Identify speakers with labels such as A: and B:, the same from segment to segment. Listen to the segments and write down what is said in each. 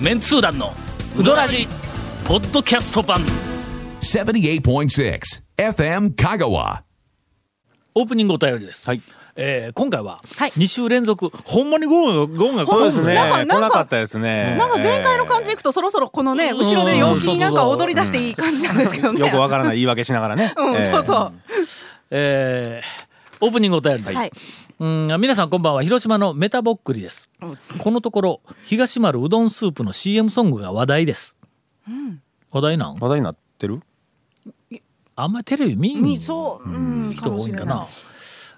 A: メンツー団のウドラジポッドキャスト版
B: 78.6 FM Kagawa.
A: オープニングお便りです、
C: はい
A: えー今回は
D: はい
A: 2週連続、ほんまにゴーンがゴーンが来
C: そう
A: る
C: で
A: ん
C: すね。
D: なんか
C: 来なかったですね。
D: なんか前回の感じでいくとそろそろこのね後ろで陽気になんか踊り出していい感じなんですけど
C: えー
D: ね。
C: よくわからない言い訳しながらね。
D: うん、そうそう。
A: えーオープニングお便りです、
D: はい
A: うん皆さんこんばんは広島のメタボックリです、このところ東丸うどんスープの CM ソングが話題です、話題なん
C: 話題になってる。
A: あんまりテレビ見ん
D: にそう、うん、
A: 人多いんかな
D: もし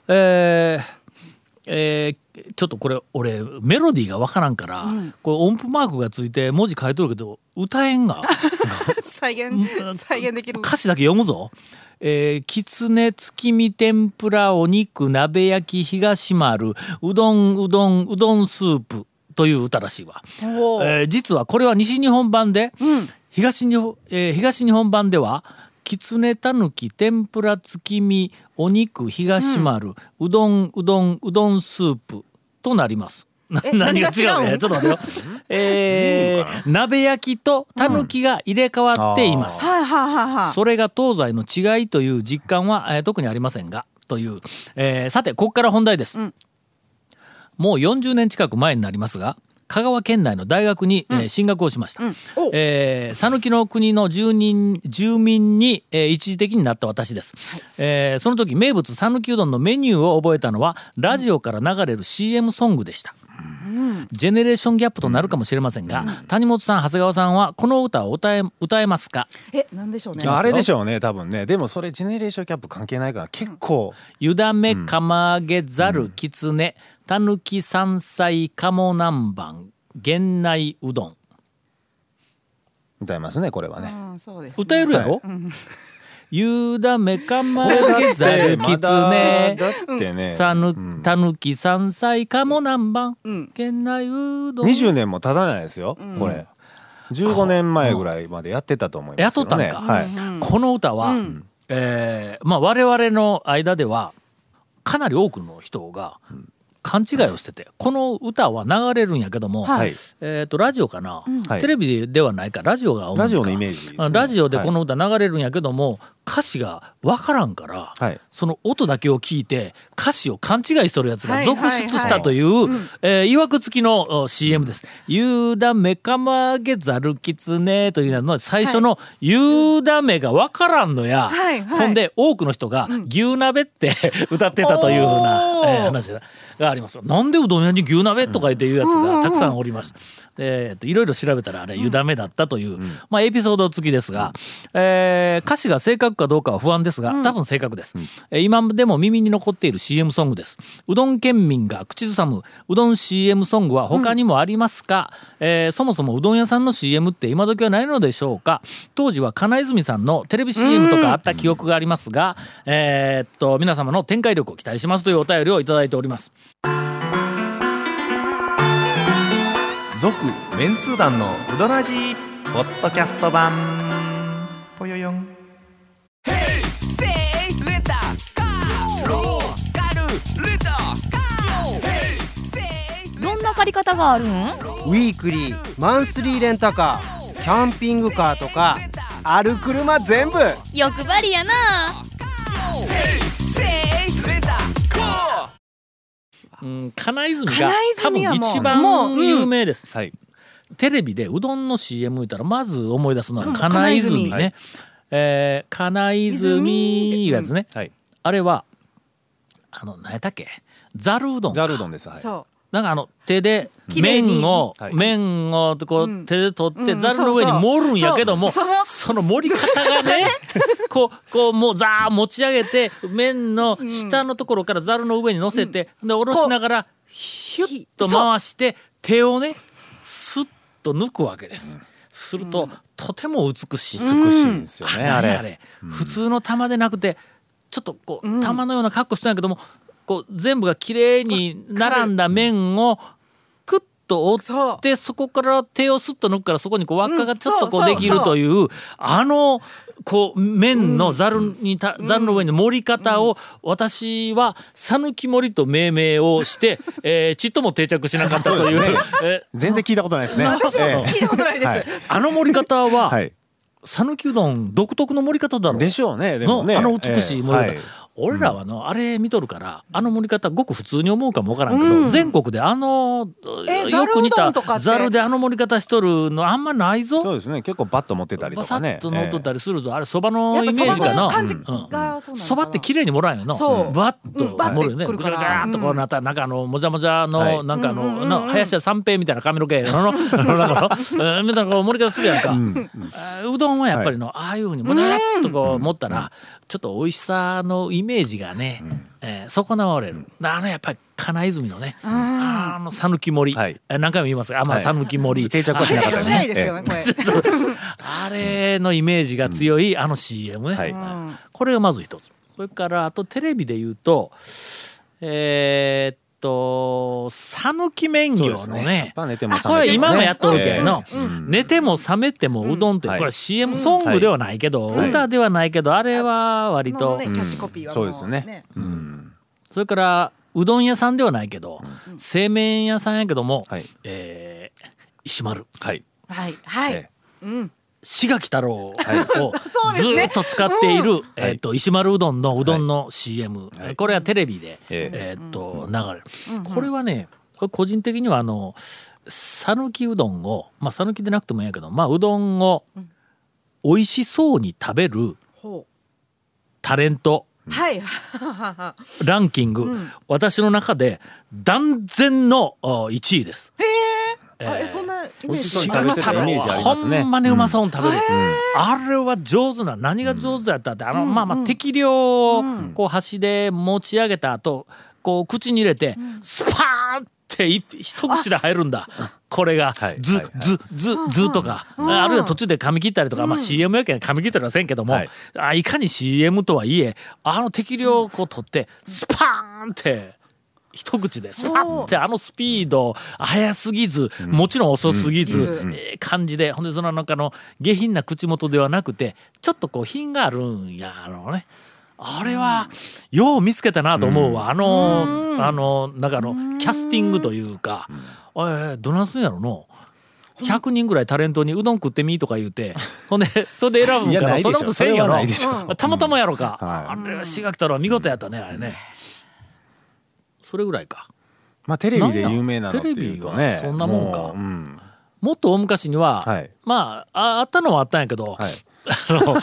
A: えーえーちょっとこれ俺メロディーがわからんから、これ音符マークがついて文字書いとるけど歌えんが
D: れない。再現再現できる。
A: 歌詞だけ読むぞ。えー、きつね月見天ぷらお肉鍋焼き東丸うどんうどんうどんスープという歌らしいわ。
D: おー
A: えー実はこれは西日本版で、東日本えー東日本版ではきつねたぬき天ぷら月見お肉東丸、うどんうどんうどんスープとなります。な
D: え
A: 何が
D: 何が
A: 違う
D: 違う
A: ね
D: の
A: ちょっと待ってよ。えー、鍋焼きとたぬきが入れ替わっています。
D: はいはいはいはい。
A: それが東西の違いという実感は、えー特にありませんがという、えーさてここから本題です、もう40年近く前になりますが香川県内の大学に、えー進学をしました、えー讃岐の国の住人住民に、えー一時的になった私です、えーその時名物讃岐うどんのメニューを覚えたのはラジオから流れる CM ソングでした、ジェネレーションギャップとなるかもしれませんが、谷本さん長谷川さんはこの歌を歌え歌えますか
D: え、なんでしょうね。
C: あれでしょうね、多分ね。でもそれジェネレーションキャップ関係ないから結構。
A: ゆだめ釜揚げざるきつねたぬき山菜鴨南蛮源内うどん
C: 歌いますね、これはね。
D: うん、そうです、ね。
A: 歌えるやろ、 ゆだめ釜揚げざ るきつ ね
C: だってね。
A: さぬたぬき山菜鴨南蛮源内うどん
C: 二十年も経たないですよ。これ。15年前ぐらいまでやってたと思いますけどね。
A: やっとったんか
C: はい。
A: この歌は、えーまあ、我々の間ではかなり多くの人が勘違いをしててこの歌は流れるんやけども、
C: はい
A: えー、とラジオかな、
C: はい
A: テレビではないかラジオが主か
C: ラジオのイメージですね
A: あラジオでこの歌流れるんやけども、歌詞が分からんから、
C: はい
A: その音だけを聞いて歌詞を勘違いしとるやつが続出し
D: はいはいは
A: た
D: い
A: という、えーいわくつきのお CM です。ゆだめかま揚げざるきつねというのの最初のゆだめが分からんのや、
D: はいは
A: ほ
D: い
A: んで多くの人が牛鍋って 歌ってたというふうな、
D: おー
A: えー話があります。なんでうどん屋に牛鍋とか言っていうやつがたくさんおりました。でえっといろいろ調べたらあれ湯だめだったという、まあ、エピソード付きですが、えー歌詞が正確かどうかは不安ですが多分正確です、えー今でも耳に残っている CM ソングですうどん県民が口ずさむうどん CM ソングは他にもありますか、えーそもそもうどん屋さんの CM って今時はないのでしょうか当時は金泉さんのテレビ CM とかあった記憶がありますが、えーっと皆様の展開力を期待しますというお便りをいただいております
E: 続メンツー団のウドラジーポッドキャスト版ぽよよん
F: どんな借り方があるん
G: ウィークリーマンスリーレンタカーキャンピングカーとかある車全部
F: 欲張りやな
A: うん金泉が
D: 金
A: 多分
D: 泉はもう
A: 一
D: もう
A: 番
D: うん
A: 有名です、
C: はい。
A: テレビでうどんの CM 見たらまず思い出すのは金
D: 金
A: 泉
D: 泉
A: ね、えー金泉いうやつね、
C: はい。
A: あれはあの何やったっけざるうどん
C: ザ
A: か
C: ルドンです。はい。
D: そ
A: なんかあの手で
D: 綺麗に
A: 麺を、
C: はい
A: 麺をこう手で取って
D: うん
A: ざるの上に
D: そうそう
A: 盛るんやけども、
D: そうそ
A: そ
D: の
A: の盛り方がねこうこうもうザー持ち上げて麺の下のところからざるの上に乗せて、で下ろしながらヒュッと回して手をねスッと抜くわけです。すると、とても美しい。
C: 美しいんですよね、あ
A: 何
C: れ
A: あれ、普通の玉でなくてちょっとこう玉のような格好してんやけどもこう全部が綺麗に並んだ面をクッと折
D: そ
A: っ
D: う
A: てそこから手をスッと抜くからそこにこう輪っかがちょっとこ
D: う
A: うん
D: そ
A: で
D: う
A: きるという、あのこう麺のざるにた、ざるの上に盛り方を、私は讃岐盛りと命名を して、えーちっとも定着しなかったという
C: そうですね
A: え
C: 全然聞いたことないですね。
D: 私も
C: え
D: 聞いたことないです。
C: は
A: ーあの盛り方は、
C: え はい。
A: 讃岐うどん独特の盛り方だろう
C: でしょうね。でもね。
A: のあの美しい盛り方、
C: ええはい
A: 俺らはの、あれ見とるからあの盛り方ごく普通に思うかもわからんけど、全国であの
D: え
A: よく似
D: ざるうど
A: た
D: んとかって
A: ざるであの盛り方しとるのあんまない
C: そう
A: ぞ。
C: ですね。結構バット持ってたりと
A: バサ
C: か
A: ッ
C: ね。
A: と乗っとったりするぞ、あれそば
D: や
A: の
D: っ
A: イ
D: ぱ
A: メージかな
D: そばの感じ
A: うん
D: がそうなのかな
A: そばって綺麗にもらうんよな
D: そう
A: バッ
D: う
A: と
D: んバッて
A: もるよね
D: く
A: ぐ
D: る
A: ちゃ
D: から
A: ぐちゃーっとこうなったなんかあのもじゃもじゃ
C: は
A: の
C: い
A: なんかあのな林家三平みたいな髪の毛 ののなんかのうんみたいなこう盛り方するやんかあうどんはやっぱりのああいうふうにもじゃーっとこう持ったらちょっと美味しさのイメージがねえー損なわれるあのやっぱり金泉のねあの讃岐盛り
C: はい
A: え何回も言いますがあまあ
C: はい
A: 讃岐盛り
C: 定着はし
D: 定
C: なかっ
D: 着
C: た
D: し
C: ね
D: ないですよね、これ。
A: あれのイメージが強いあの CM ね、
C: はい
A: これがまず一つそれからあとテレビで言うとえーっと讃岐麺業
C: そ
A: の
C: う
A: ね
C: ですねやっぱ寝ても
A: あ
C: 覚
A: こ
C: めてもね
A: れ今もやっとるけどの、
C: ええうん
A: 寝ても覚めてもうどんって、
C: う
A: こ
C: んは
A: れ
C: い
A: CM ソングではないけど、
C: はい
A: 歌ではないけどあれは割
D: の
A: と、
D: ね、キャッチコピーはも
C: そうですね。うん。
A: それからうどん屋さんではないけど、製麺屋さんやけども、
C: はい
A: えー石丸
C: はい。
D: はいは
C: え
D: い。うん。
A: 志垣太郎を
D: そうで
A: ず
D: すね
A: ーっと使っている、
C: は
A: え
C: い
A: っと石丸うどんのうどんの CM、
C: はい
A: これはテレビで、
C: え
A: え
C: え
A: っと流れる、これはねこれ個人的にはあの讃岐うどんをまあ讃岐でなくてもいいんやけど、まあ、うどんを美味しそうに食べる
D: ほ
A: タレント
D: う。はい。ははは
A: ランキング、私の中で断然の1位です。
D: あえそんなイメー
C: 美味し
D: ジ
C: そうに食べてたイメージありますね
A: ほんまにうまそうに食べる。あれは上手な。何が上手やったって、あの、まあまあ適量を、こう箸で持ち上げた後、こう口に入れて、スパーンって一一口で入るんだ。これが
C: は、い
A: ず
C: はいはい、
A: ず、ず、ずとか、あるいは途中で噛み切ったりとか、まあ CM やけん噛み切ったりはせんけども
C: はい、
A: あいかに CM とはいえ、あの適量をこう取って、スパーンって、一口でスパッてあのスピード速すぎずもちろん遅すぎずえー感じでほんでそのなんかの下品な口元ではなくてちょっとこう品があるんやろうね。あれはよう見つけたなと思うわあのあのなんかあのキャスティングというかえーどなんすんやろの。100人ぐらいタレントにうどん食ってみとか言うてほんでそれで選ぶ
C: いや
A: か
C: な
A: ら
C: い
A: そんな
C: でし
A: こと
C: ょ。そ
A: せん
C: れ
A: や
C: は
A: ろ
C: ないでしょ。
A: たまたまやろか、
C: は
A: あれは志垣太郎見事やったねあれねそれぐらいか
C: まあテレビで有名なのって
A: テレ
C: いう
A: ビ
C: と
A: は
C: ね。
A: そんなもんか
C: ううん。
A: もっと大昔には、
C: はい
A: まあああったのはあったんやけど、
C: はい。
A: あの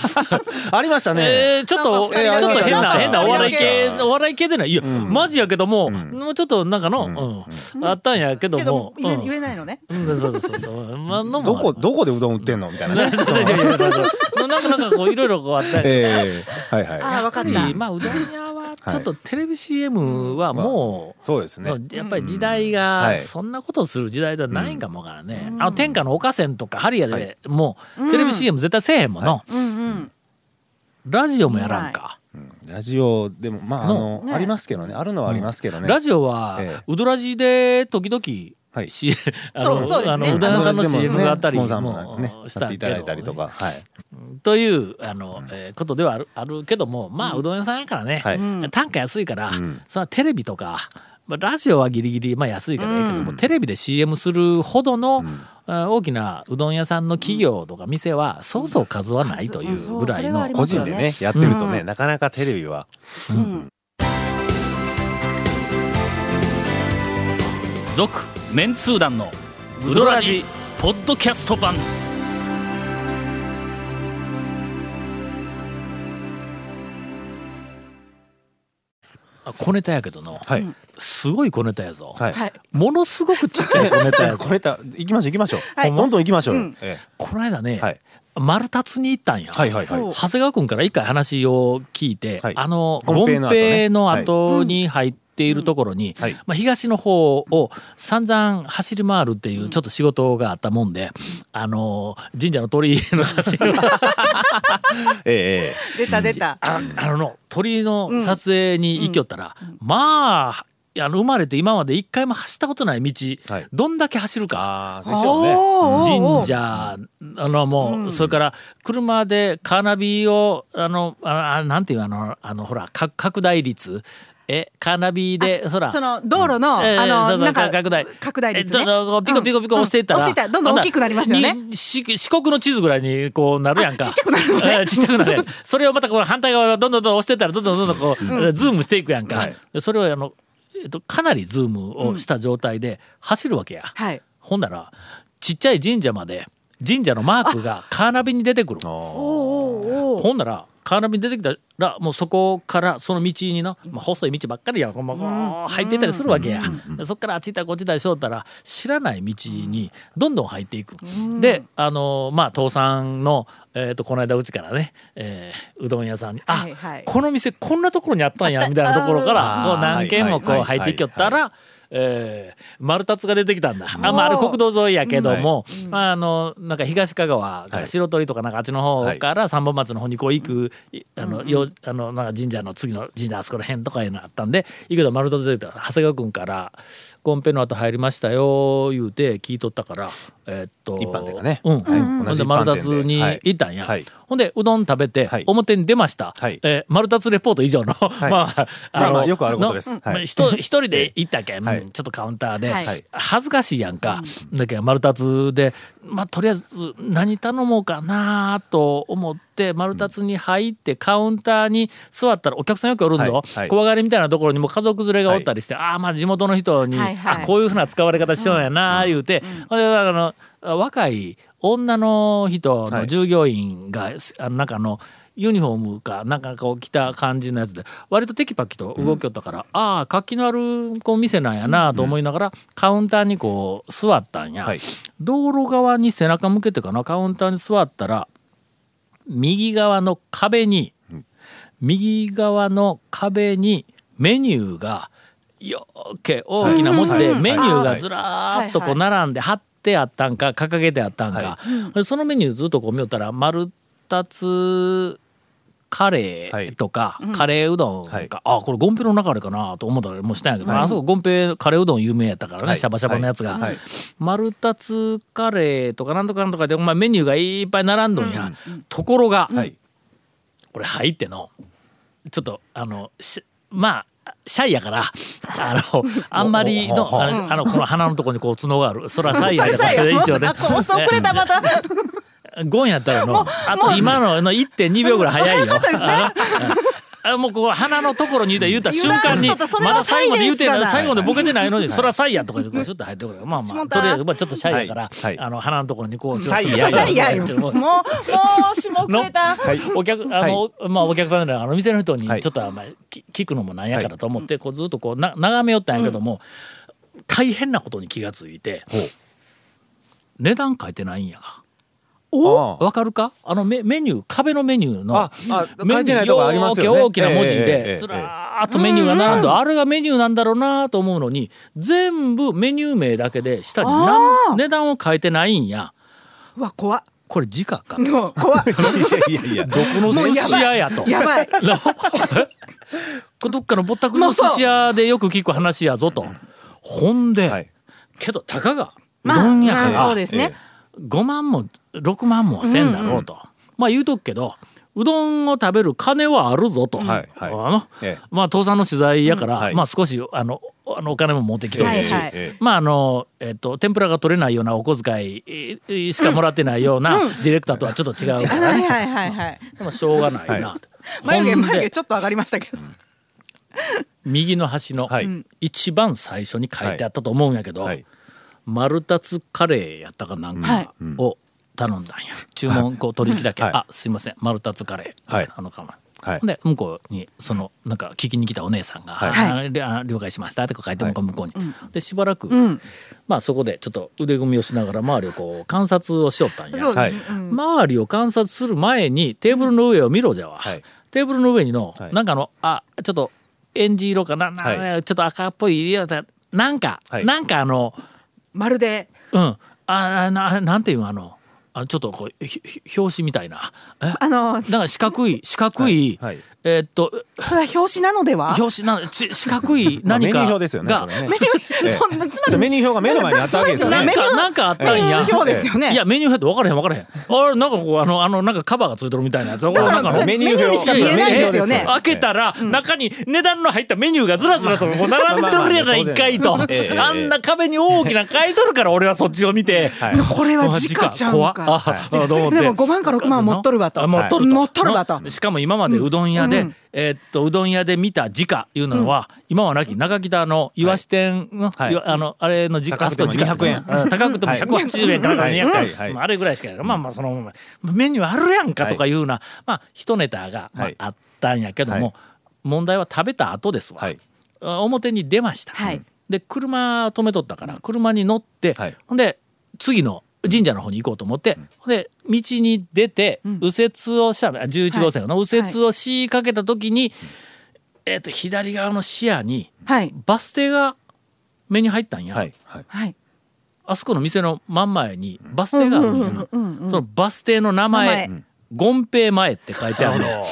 C: ありましたね。
A: えーちょっと、
C: なんか
A: ちょっと変な、
C: なんか
A: 変なお笑い
C: なん
A: 系
C: か、
A: お笑い系でない。いや、マジやけども、もうちょっとなんかの、うんあったんやけど
D: けども
A: も、
D: 言え言
A: う
D: えないのね。
A: んうんそうそうそう、まあ、のも
C: どこどこでうどん売ってんのみたいなね。
A: そうそうそうそうなんか、なんかこう、いろいろこうあったんやけど
C: ええはい
D: あ
C: は。
D: あ分かっ
A: やっぱり
D: た。
A: まあうどん屋はちょっとテレビ CM はいもう、
C: そうですね。
A: やっぱり時代
C: うんは
A: が
C: い
A: そんなことをする時代ではないんかもわからんね、あの天下のおかせんとかハリアでもうテレビ CM 絶対せえへんもの、
D: うんうん。
A: ラジオもやらんか、
C: ラジオでもまああの
D: ね
C: ありますけどね。あるのはありますけどね。
A: ラジオは、
C: ええ
A: ウドラジで時々、
C: はい
A: C- あの
D: そうそうですね
A: あのうどん屋さんの CM があったり
C: スポンサーもね
A: も、う
C: やっていただいたりとか。はい。
A: というあの、えーことではあるあるけどもまあうどん屋さんやからね、
C: はい
A: 単価安いから、
C: ん
A: そのテレビとか、まあ、ラジオはギリギリ、まあ、安いからいいけども、テレビで CM するほどの、あ大きなうどん屋さんの企業とか店はそうそう数はないというぐらいの、
D: うん
C: 個人でねやってるとねなかなかテレビは
A: 続メンツー団のウドラジポッドキャスト版あ小ネタやけどの、
C: はい
A: すごい小ネタやぞ、
C: はい。
D: はい。
A: ものすごくちっちゃい 小ネタやぞ
C: これだ行きましょう行きましょう。
D: はい
C: どんどん行きましょうよ。
D: うん
C: え
A: この間ね、
C: えはい
A: 丸立に行ったんや、
C: はいはいはい。
D: そう
A: 長谷川君から一回話を聞いて、
C: はい
A: あの
C: 権
A: 権
C: 平の後ね
A: 平の後に入っているところに、
C: はい
A: まあ、東の方を散々走り回るっていうちょっと仕事があったもんで、あの神社の鳥居の写真を
C: ええ
D: 出た出た。
A: ああのの鳥居の撮影に行きよったら、まああの生まれて今まで一回も走ったことない道、
C: はい
A: どんだけ走るか
C: ああ、でしょうね。
A: 神社あのもう、それから車でカーナビをあのああなんていうあのあのほらか拡大率えカーナビでほら
D: その道路の、
A: えーそ
D: あの
A: うそう
D: なんか
A: 拡大
D: 拡大率
A: え
D: ね
A: っとこうピコピコピコ押していったら、
D: うんうん押していったらどんどん大きくなりますよね
A: ほんならにし四国の地図ぐらいにこうなるやんか
D: あちっちゃくなるのね
A: えーちっちゃくなるそれをまたこう反対側をどんどんどんどん押していったらどんどんどんどんこう、ズームしていくやんか、
C: はい
A: でそれをあの、えっと、かなりズームをした状態で走るわけや、
D: はい
A: ほんならちっちゃい神社まで神社のマークがカーナビに出てくるほんならカーナビに出てきたらもうそこからその道にな、まあ、細い道ばっかりやほんまこう入っていったりするわけや、でそっからあっち行ったりこっち行ったりしよったら知らない道にどんどん入っていく、であのまあ父さんの、えー、とこの間うちからね、えーうどん屋さんに「あ、
D: はいはい
A: この店こんなところにあったんや」みたいなところから
C: あー
A: こう何軒もこ
C: はいうは
A: 入
C: いはい
A: っていきよったら、えー丸太が出てきたんだ。あまあ、あれ国道沿いやけども、まあ、あのなんか東香川から白鳥とかなんかあっちの方から三本松の方にこう行く、いあのよあのなんか神社の次の神社あそこら辺とかいうのあったんで行くけど丸太出てきた長谷川君から「コンペの後入りましたよ」言うて聞いとったからえっと
C: 一般店がね
A: うん
C: はい
A: ほ
C: 同
A: ん
C: じ
A: で
C: 一般
A: 丸
C: 店で
A: 太に行ったんや、
C: はいはい
A: ほんでうどん食べて
C: はい
A: 表に出ました、
C: はい
A: えー丸太レポート以上の、
C: い
A: まあ
C: まあまあ
A: の
C: よくあることです
A: の
C: はい
A: まあ人一人で行ったけん、
C: はい
A: うんちょっとカウンターで、
D: はい
A: 恥ずかしいやんか、だけど丸ツで、まあ、とりあえず何頼もうかなと思って丸ツに入ってカウンターに座ったらお客さんよくおるんぞ、
C: はいはい
A: 怖がりみたいなところにも家族連れがおったりして、ああまあ地元の人に、
D: はいはい
A: あこういうふうな使われ方しようんやな言うて、ほんであの若い女の人の従業員が、あのなんかあのユニフォームかなんかこう着た感じのやつで割とテキパキと動きよったから、ああ活気のあるこう店なんやなと思いながら、カウンターにこう座ったんや、
C: はい
A: 道路側に背中向けてかなカウンターに座ったら右側の壁に、右側の壁にメニューがよーけ大きな文字で
C: はい
A: メニューがずらーっとこう並んで貼ってあったんか掲げてあったんか、でそのメニューずっとこう見よったら丸二つカレーとか、カレーうどんか、
C: はい
A: あこれゴンペの中でかなと思ったりもしたんやけど、あそこゴンペカレーうどん有名やったからね、
C: はい
A: シャバシャバのやつが、
C: はいはい
A: 丸二つカレーとかなんとかなんとかでお前メニューがいっぱい並んどんや、ところが、
C: はい。
A: 俺入ってのちょっとあのしまあシャイやからあのあんまりのあのあのこの鼻のとこにこう角があるそれはシャイ
D: そ
A: や
D: れ
A: か
D: さ
A: ら
D: え
A: 一応ね
D: あこう遅く れたまた
A: ゴンやったらのあと今のの1.2秒ぐらい早いよ。あ もうこう鼻のところに言うた言うた瞬間に
D: 油断しとったそれ
A: ま
D: は
A: だ最後まで言うて
D: サイレ
A: ない
D: ンスだな
A: 最後までボケてないのにそらサイやとかでこうちょっと入ってくるまあまあ
D: 下
A: と
D: 田
A: りあえずまあちょっとシャイやから
C: はいはい
A: あの鼻のところにこう
C: サイや
D: ささいやよ
A: ちょっ
D: も
A: と
D: うもうしもくれた
C: はい。
A: お客あの、まあお客さんであの店の人に
C: はい
A: ちょっとあんまりき聞くのもなんやからと思って、こうずっとこうな眺めよったんやけども、大変なことに気がついて値段書いてないんやが
C: お
A: わかるかあのメメニュー壁のメニューの
C: ああ書いてな
A: メ
C: い
A: ニュー
C: とこありますよね
A: 大きな文字
C: えええええ
A: で
C: え
A: ずらーっとメニューが並んで、あれがメニューなんだろうなと思うのに全部メニュー名だけで下になん値段を書いてないんや
D: うわ怖っ
A: これ時価かどこ
D: もう怖っ
C: いやいや。
A: の寿司屋や と。
D: や ばい
A: な これ どっかのぼったくりの寿司屋でよく聞く話やぞと。ほん で、
C: はい
A: けどたかがう
D: まあ
A: どんやか
D: まあそう
A: ら
D: ですね
A: 5万も6万もせんだろうと、まあ言うとくけどうどんを食べる金はあるぞと、
C: はいはい
A: あの
C: ええ
A: まあ父さんの取材やから、
C: うんはい
A: まあ少しあのあのお金も持ってきてるし、
D: はいはい
C: ええ
A: まああのえっと天ぷらが取れないようなお小遣いえーしかもらってないようなディレクターとはちょっと違うからね、
D: はいはいはいはい
A: まあしょうがないなと。
D: 眉毛
A: ほんで
D: 眉毛ちょっと上がりましたけど
A: 右の端の
C: はい
A: 一番最初に書いてあったと思うんやけど、
C: はい。
A: 丸タツカレーやったかなんかを頼んだんや注文こう取引だけ、
C: はい
A: あすいません丸タツカレー、
C: はい
A: あのかま
C: はい
A: で向こうにそのなんか聞きに来たお姉さんが「
C: は
A: ありあ了解しました」ってこう書いて
C: は
A: 向
C: い
A: こう向こうに、でしばらく、まあそこでちょっと腕組みをしながら周りをこう観察をしよったんや
D: そう
C: は
D: で
C: い
D: す
A: 周りを観察する前にテーブルの上を見ろじゃわ、
C: はい
A: テーブルの上にの、
C: はい
A: なんかあのあちょっとエンジ色かなな、
C: は
A: ちょっと赤っぽいいやだなんか、
C: はい
A: なんかあの
D: まるで
A: うんああななんていうのあのあちょっとこうひひ表紙みたいなえ
D: あの
A: なんか四角い四角い、
C: はいはい
A: えーっと
D: それは表紙なのでは
A: 表紙なのち四角い
C: まあ
A: 何
C: メニュー
A: か
C: 表ですよね。
A: が
C: それね
D: メニュ
C: え
D: ー、
C: え
D: そんなつ
C: そ
D: ま
C: うメ
D: り
C: ニュー表が目の前にあったわけですよ
A: なん
C: ね。
D: メニュ
A: か
D: ー
A: なんかあった
D: メニ
A: んや
D: ュー。表ですよね。
A: いやメニュー表って分からへん分からへん。あれなんかこうあのあのなんかカバーがついてるみたいなやつ。だ
D: だから
A: なんか
D: それメニューにしか見えないですよ
C: いやいやいや。
D: ね
A: 開けたら中に値段の入ったメニューがずらずらとこう並んでるやないかいと
C: まあまあまあ当 然
A: あんな壁に大きな書いとるから俺はそっちを見て
C: はい
D: これは直ちゃうん
A: 怖っあ
D: か。
A: あどう思って
D: でも5万か6万持っとるわと
A: あ持っとると
D: 持っとるわと
A: のしかも今までうどん屋で、
D: うん
A: えーっとうどん屋で見た直いうのは、今はなき中北の岩子店の、
C: はい
A: いわあのあれの直
C: 高くても
A: あそこ直
C: 200円
A: うん高くても
C: はい
A: 180円から200円、
C: はいはい
A: まああれぐらいしかやろまあまあそのまあメニューあるやんかとかいうような、まあ一ネタが、まあ
C: はい
A: あったんやけども、
C: はい
A: 問題は食べた後ですわ、
C: はい
A: あ表に出ました、
D: はい
A: で車止めとったから車に乗って、
C: はい
A: ほんで次の神社の方に行こうと思って、ほんで道に出て
D: ん
A: 右折をしたの11号線の
D: はい
A: 右折をしかけた時に、えー、と左側の視野に
D: はい。
A: バス停が目に入ったんや、
C: はいはい
D: はい。
A: あそこの店の真ん前にバス停があるんや、
D: うんうん
A: そのバス停の名前
D: 名前
A: 権平前って書いてあるの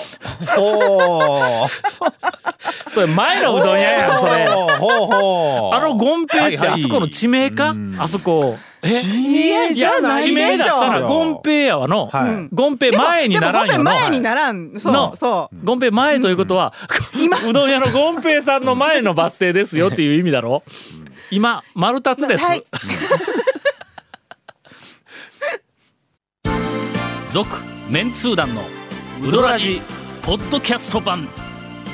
C: ほう
A: それ前のうどん屋やんそれ
C: ほうほうほう
A: あの権平って
C: はいは
A: あ
C: い
A: そこの地名か、あそこ
C: 地名じゃない
A: 地名
C: で
A: だっ
C: しょ
A: たら権平やわの
C: はい
A: 権平前にならん
D: で
A: よ
D: も
A: な
D: 本編前にならん。そ
A: の
D: うそう。
A: 権平前ということは、うどん屋の権平さんの前のバス停ですよっていう意味だろ今丸太つです
D: はい
A: 続メンツー団のウドラジポッドキャスト版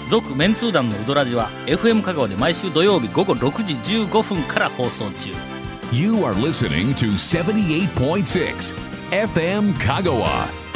A: 続メンツー団のウドラジは FM 香川で毎週土曜日午後6時15分から放送中
B: You are listening to 78.6 FM Kagawa.